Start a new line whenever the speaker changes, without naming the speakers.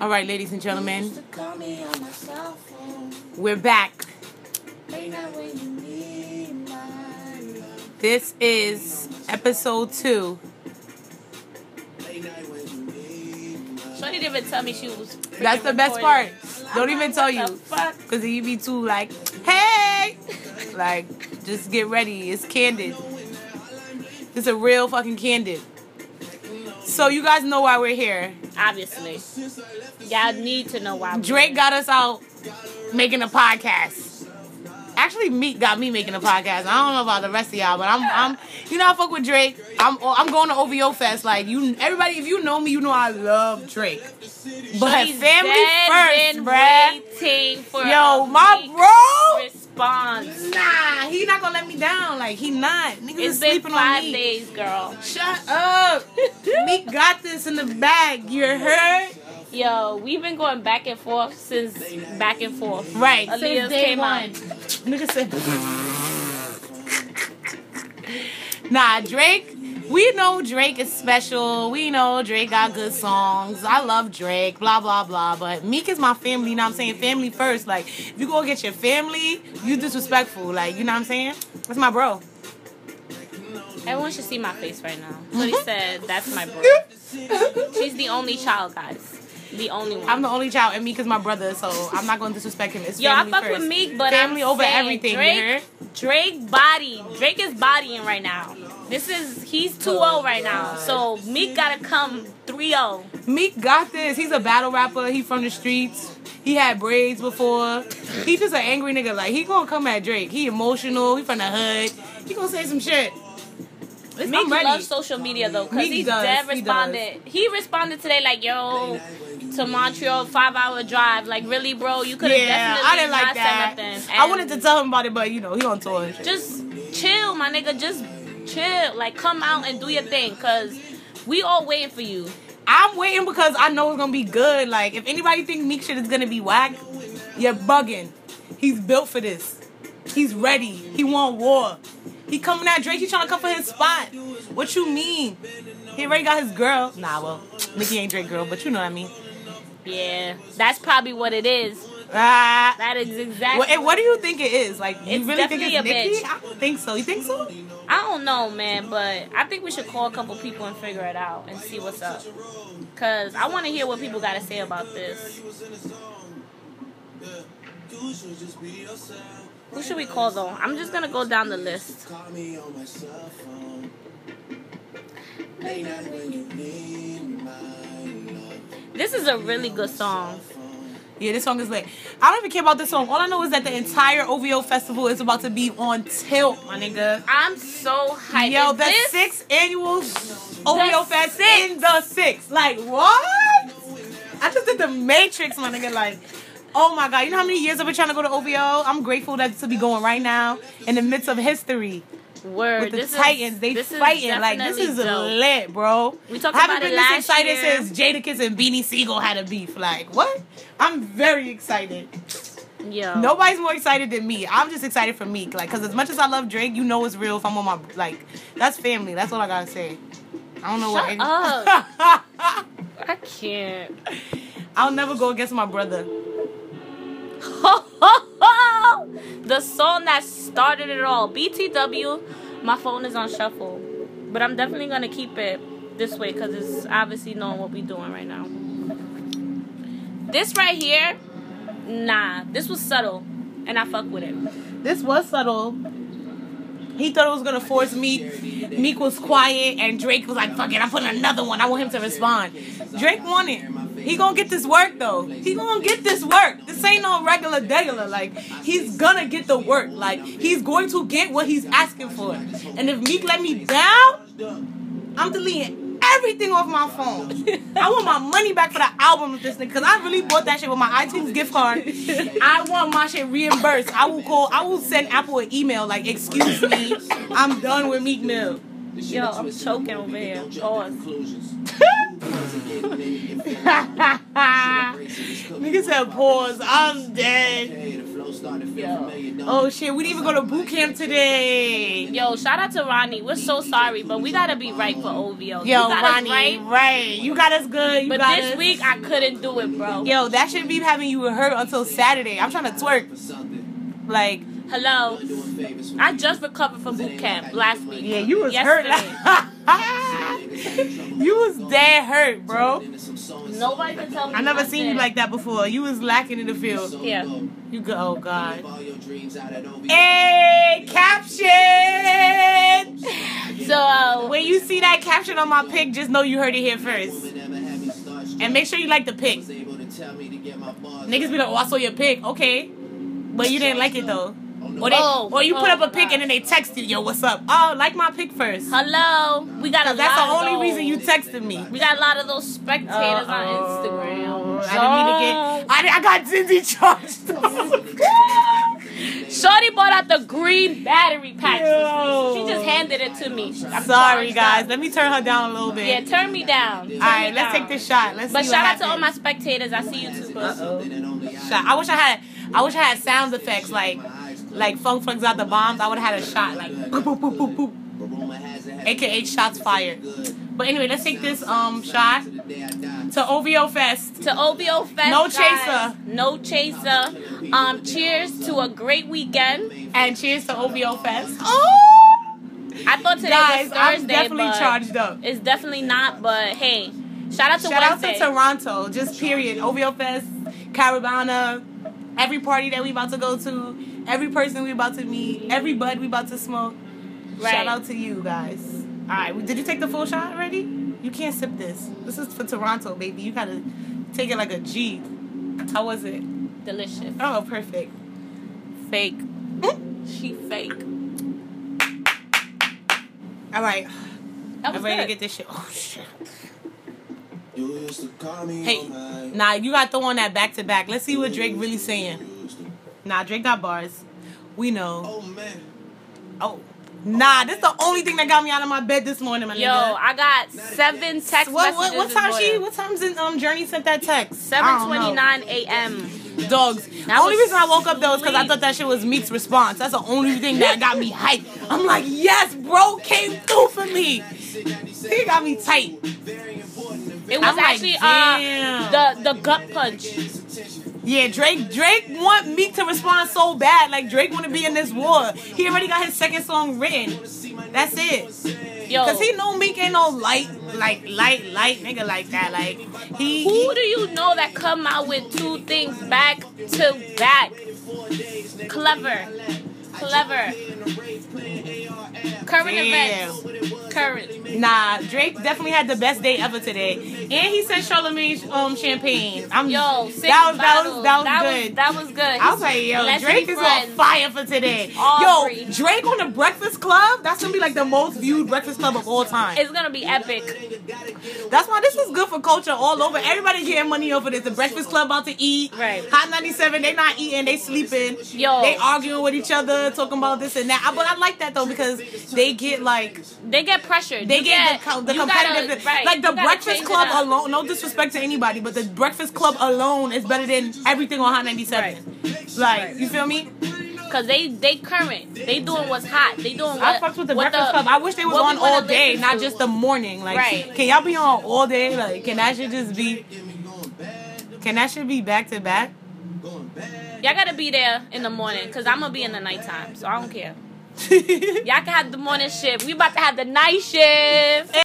All right, ladies and gentlemen,
Used to call me on my cell phone.
we're back.
Late night when you need my love.
This is episode two.
Late night when you need my
Shorty didn't even tell me she was. freaking
That's the best part.
recording.
Don't even tell
What the
you.
fuck?
Because you be too like, hey! Like, just get ready. It's candid. It's a real fucking candid. So, you guys know why we're here.
Obviously, y'all need to know why. we-
Drake got us out making a podcast. Actually, Meek got me making a podcast. I don't know about the rest of y'all, but I'm, I'm, you know, I fuck with Drake. I'm, I'm going to OVO Fest. Like you, everybody, if you know me, you know I love Drake. But
She's
family
dead
first,
been
bruh.
Waiting for
Yo,
a
my
weak
bro.
Response.
Nah, he not gonna let me down. Like he not. Niggas
It's
is
been
sleeping
five
on me.
days, girl.
Shut up. Meek got this in the bag. You heard?
Yo, we've been going back and forth since back and forth.
Right.
Aaliyah
Since day
came
one.
out.
Nigga said. nah, Drake. We know Drake is special. We know Drake got good songs. I love Drake, blah, blah, blah. But Meek is my family, you know what I'm saying? Family first. Like, if you go get your family, you disrespectful. Like, you know what I'm saying? That's my bro.
Everyone should see my face right now. So
Mm-hmm.
he said, "That's my bro. She's the only child, guys. The only one."
I'm the only child, and Meek is my brother, so I'm not gonna disrespect him. It's
Yo, I
family
fuck
first.
with Meek, but
family
I'm
over
saying
everything. you heard?
Drake, Drake body. Drake is bodying right now. This is he's 2-0 right now. So Meek gotta come oh. 3-0.
Meek got this. He's a battle rapper. He from the streets. He had braids before. He just an angry nigga. Like he gonna come at Drake. He emotional. He from the hood. He gonna say some shit. It's-
Meek
I'm ready.
loves social media though, cause
Meek
he's
does,
dead
he
responded. He, responded today like, "Yo, to Montreal, five hour drive. Like, really, bro? You could have
yeah,
definitely
I didn't like
not
that.
said nothing."
I
And
wanted to tell him about it, but you know he on tour. and shit.
just chill, my nigga. Just chill. Like, come out and do your thing, cause we all waiting for you.
I'm waiting because I know it's gonna be good. Like if anybody think Meek shit is gonna be whack, you're bugging. He's built for this. He's ready. He want war. He coming at Drake. He trying to come for his spot. What you mean? He already got his girl. Nah, well, Nicki ain't Drake girl, but you know what I mean.
Yeah, that's probably what it is.
Ah.
That is exactly.
What, and what do you think it is? Like you
It's
really think it's
definitely a
Nicki?
bitch.
I don't think so. You think so?
I don't know, man, but I think we should call a couple people and figure it out and see what's up. Cause I want to hear what people gotta say about this. Who should we call though? I'm just gonna go down the list.
Call me on my cell phone. Late night when you need my love.
This is a really good song.
Yeah, this song is lit. I don't even care about this song. All I know is that the entire OVO festival is about to be on tilt, my nigga.
I'm so hyped.
Yo,
Is
the
this-
sixth annual OVO Fest in the six. Like what? I just did the Matrix, my nigga. Like, oh my god, you know how many years I've been trying to go to OVO? I'm grateful that to be going right now in the midst of history
word.
with the
this is-
Titans. they
this is
fighting like this
definitely
is
dope.
lit, bro.
We talked
I haven't
about
been
it
this
last
excited
year.
since Jadakiss and Beanie Siegel had a beef. Like what? I'm very excited.
Yo,
Nobody's more excited than me. I'm just excited for Meek. Like, cause as much as I love Drake, you know it's real. If I'm on my like, that's family. That's all I gotta say. I don't know what.
Shut I can't.
I'll never go against my brother.
the song that started it all. BTW, my phone is on shuffle. But I'm definitely going to keep it this way because it's obviously knowing what we're doing right now. This right here, nah, this was subtle. And I fuck with it.
This was subtle. He thought it was gonna force Meek. Meek was quiet, and Drake was like, "Fuck it, I'm putting another one. I want him to respond." Drake won it. He gonna get this work though. He gonna get this work. This ain't no regular degular. Like he's gonna get the work. Like he's going to get what he's asking for. And if Meek let me down, I'm deleting everything off my phone. I want my money back for the album of this thing because I really bought that shit with my iTunes gift card. I want my shit reimbursed. I will call. I will send Apple an email like, "Excuse me, I'm done with Meek Mill."
Yo, I'm choking over here. Pause.
Nigga said, "Pause. I'm dead." Oh shit, we didn't even go to boot camp today.
Yo, shout out to Ronnie. We're so sorry, but we gotta be right for OVO. you
Yo,
got
Ronnie,
us right.
right? You got us good. You
But
got
this
us.
week I couldn't do it, bro.
yo, that should be having you rehearse until Saturday. I'm trying to twerk.
Something.
Like,
Hello.
Doing favors for
I
me.
just recovered from boot camp last week.
yeah, you was
Yesterday.
hurt. you was dead hurt, bro.
Nobody can tell me.
I never seen you like that before. You was lacking in the field.
Yeah.
You go, oh god.
Hey.
Hey, caption.
that. So uh,
When you see that caption on my pic, just know you heard it here first. And make sure you like the pic. Niggas be like, oh, I saw your pic. Okay. But you didn't like it though. Or, they,
Oh,
or you put
oh
up a pic and then they text you, yo, what's up? Oh, like my pic first.
hello, we got a lot.
That's the
of
only reason you
those.
texted me.
We got a lot of those spectators on Instagram.
I didn't mean to get. I, didn't- I got Zinzi charged.
Shorty bought out the green battery pack. this
Yo.
week. She just handed it to me. I'm
Sorry,
charged
guys.
up.
Let me turn her down a little bit.
Yeah, turn me down. Turn
All right,
me
let's
down.
take this shot. Let's.
But
see
shout
what
out to all my
happens.
spectators. I see you too, bro.
Shot. I wish I had. I wish I had sound effects like, like Funk Funk's out the bombs. I would have had a shot like, boop, boop, boop, boop, boop. aka shots fired. But anyway, let's take this um shot to OVO Fest.
to OVO Fest.
No
guys.
chaser.
No chaser. Um, cheers to a great weekend.
And cheers to OVO Fest. Oh,
I thought today
guys,
was Thursday,
I'm definitely
but
charged up.
It's definitely not, but hey, shout out to
Shout out to
Wednesday.
Toronto, just period. OVO Fest, Carabana, every party that we about to go to, every person we about to meet, every bud we about to smoke. Shout
Right.
out to you guys. All right, did you take the full shot already? You can't sip this. This is for Toronto, baby. You gotta take it like a G. How was it?
Delicious.
Oh, perfect.
Fake.
Hmm?
She fake.
All right,
That was
I'm ready
good.
to get this shit. Oh shit. Hey,
Hey,
nah, you got to throw on that back to back. Let's see what Drake really saying. Nah, Drake got bars. We know.
Oh man,
Oh. Nah, this the only thing that got me out of my bed this morning, my
Yo,
nigga.
I got seven text
what, what,
messages.
what time
this
she?
morning.
What time's in, um Journey sent that text?
Seven twenty nine a.m.
Dogs. The
That
only
was
reason I woke up though is because I
sleep.
thought that shit was Meek's response. That's the only thing that got me hyped. I'm like, yes, bro, came through for me. He got me tight.
very important. and
It
very-
was
I'm like,
actually
damn.
uh the the gut punch.
Yeah, Drake. Drake want Meek to respond so bad. Like Drake want to be in this war. He already got his second song written. That's it.
Yo,
Cause he know Meek ain't no light, like light, light nigga like that. Like he. he-
Who do you know that come out with two things back to back? Clever. Clever. Current
Damn.
events. Current.
Nah, Drake definitely had the best day ever today, and he sent Charlamagne um champagne. I'm
Yo, six
that was that
bottles.
was that was good.
that was good.
I was like, yo,
Let's
Drake
be
is on
friends.
fire for today.
Aubrey.
Yo, Drake on the Breakfast Club. That's gonna be like the most viewed Breakfast Club of all time.
It's gonna be epic.
That's why this is good for culture all over. Everybody getting money over this. The Breakfast Club about to eat.
Right.
Hot 97, they not eating, they sleeping.
Yo.
They arguing with each other, talking about this and that. I- But I like that though because they get like
They get pressured.
they
You
get, the, co- the
you
competitive,
gotta- right,
like the
you gotta change
Breakfast
it
Club
up.
alone. No disrespect to anybody, but the Breakfast Club alone is better than everything on Hot 97. Like you feel me?
Cause they they current. They doing what's hot. They doing what.
I fucked with the
what
Breakfast Club. I wish they was
what we
on
wanna
all day,
listen
not
to.
just the morning. Like,
Right.
can y'all be on all day? Like, can that shit just be? Can that shit be back to back?
Y'all gotta be there in the morning, cause I'm gonna be in the nighttime, so I don't care. Y'all can have the morning shift. We about to have the night shift.